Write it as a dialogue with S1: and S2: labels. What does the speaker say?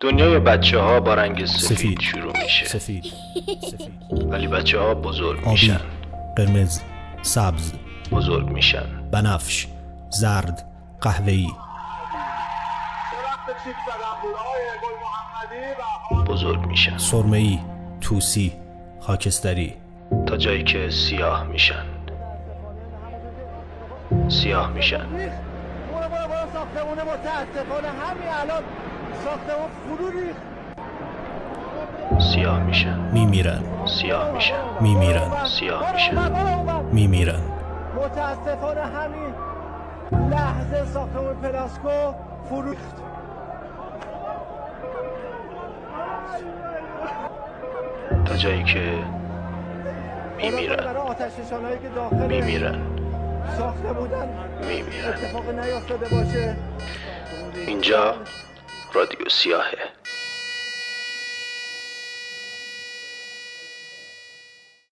S1: دنیای بچه ها با رنگ سفید,
S2: سفید.
S1: شروع میشه
S2: سفید سفید
S1: ولی بچه ها بزرگ
S2: آبی
S1: میشن
S2: قرمز سبز
S1: بزرگ میشن
S2: بنفش زرد قهوه‌ای
S3: وقت چیک زدن بود آقای گل محمدی و
S1: بزرگ میشن
S2: سرمه‌ای توسی خاکستری
S1: تا جایی که سیاه میشن سیاه میشن
S3: برو برو برو ساختمون متاسفانه همین الان ساختمون فرو ریخت
S1: سیاه میشن
S2: میمیرن
S1: سیاه میشن
S2: میمیرن
S1: سیاه
S3: برو
S1: میشن
S3: اونور، برو اونور.
S2: میمیرن
S3: متاسفانه همین لحظه ساختمون پلاسکو فرو ریخت
S1: تا جایی که
S3: خدا
S1: میمیرن
S3: برای آتش نشانهایی که داخل
S1: میمیرن
S3: ساخته بودن
S1: میمیرن
S3: اتفاق نیافتاده باشه
S1: اینجا رادیو سیاهه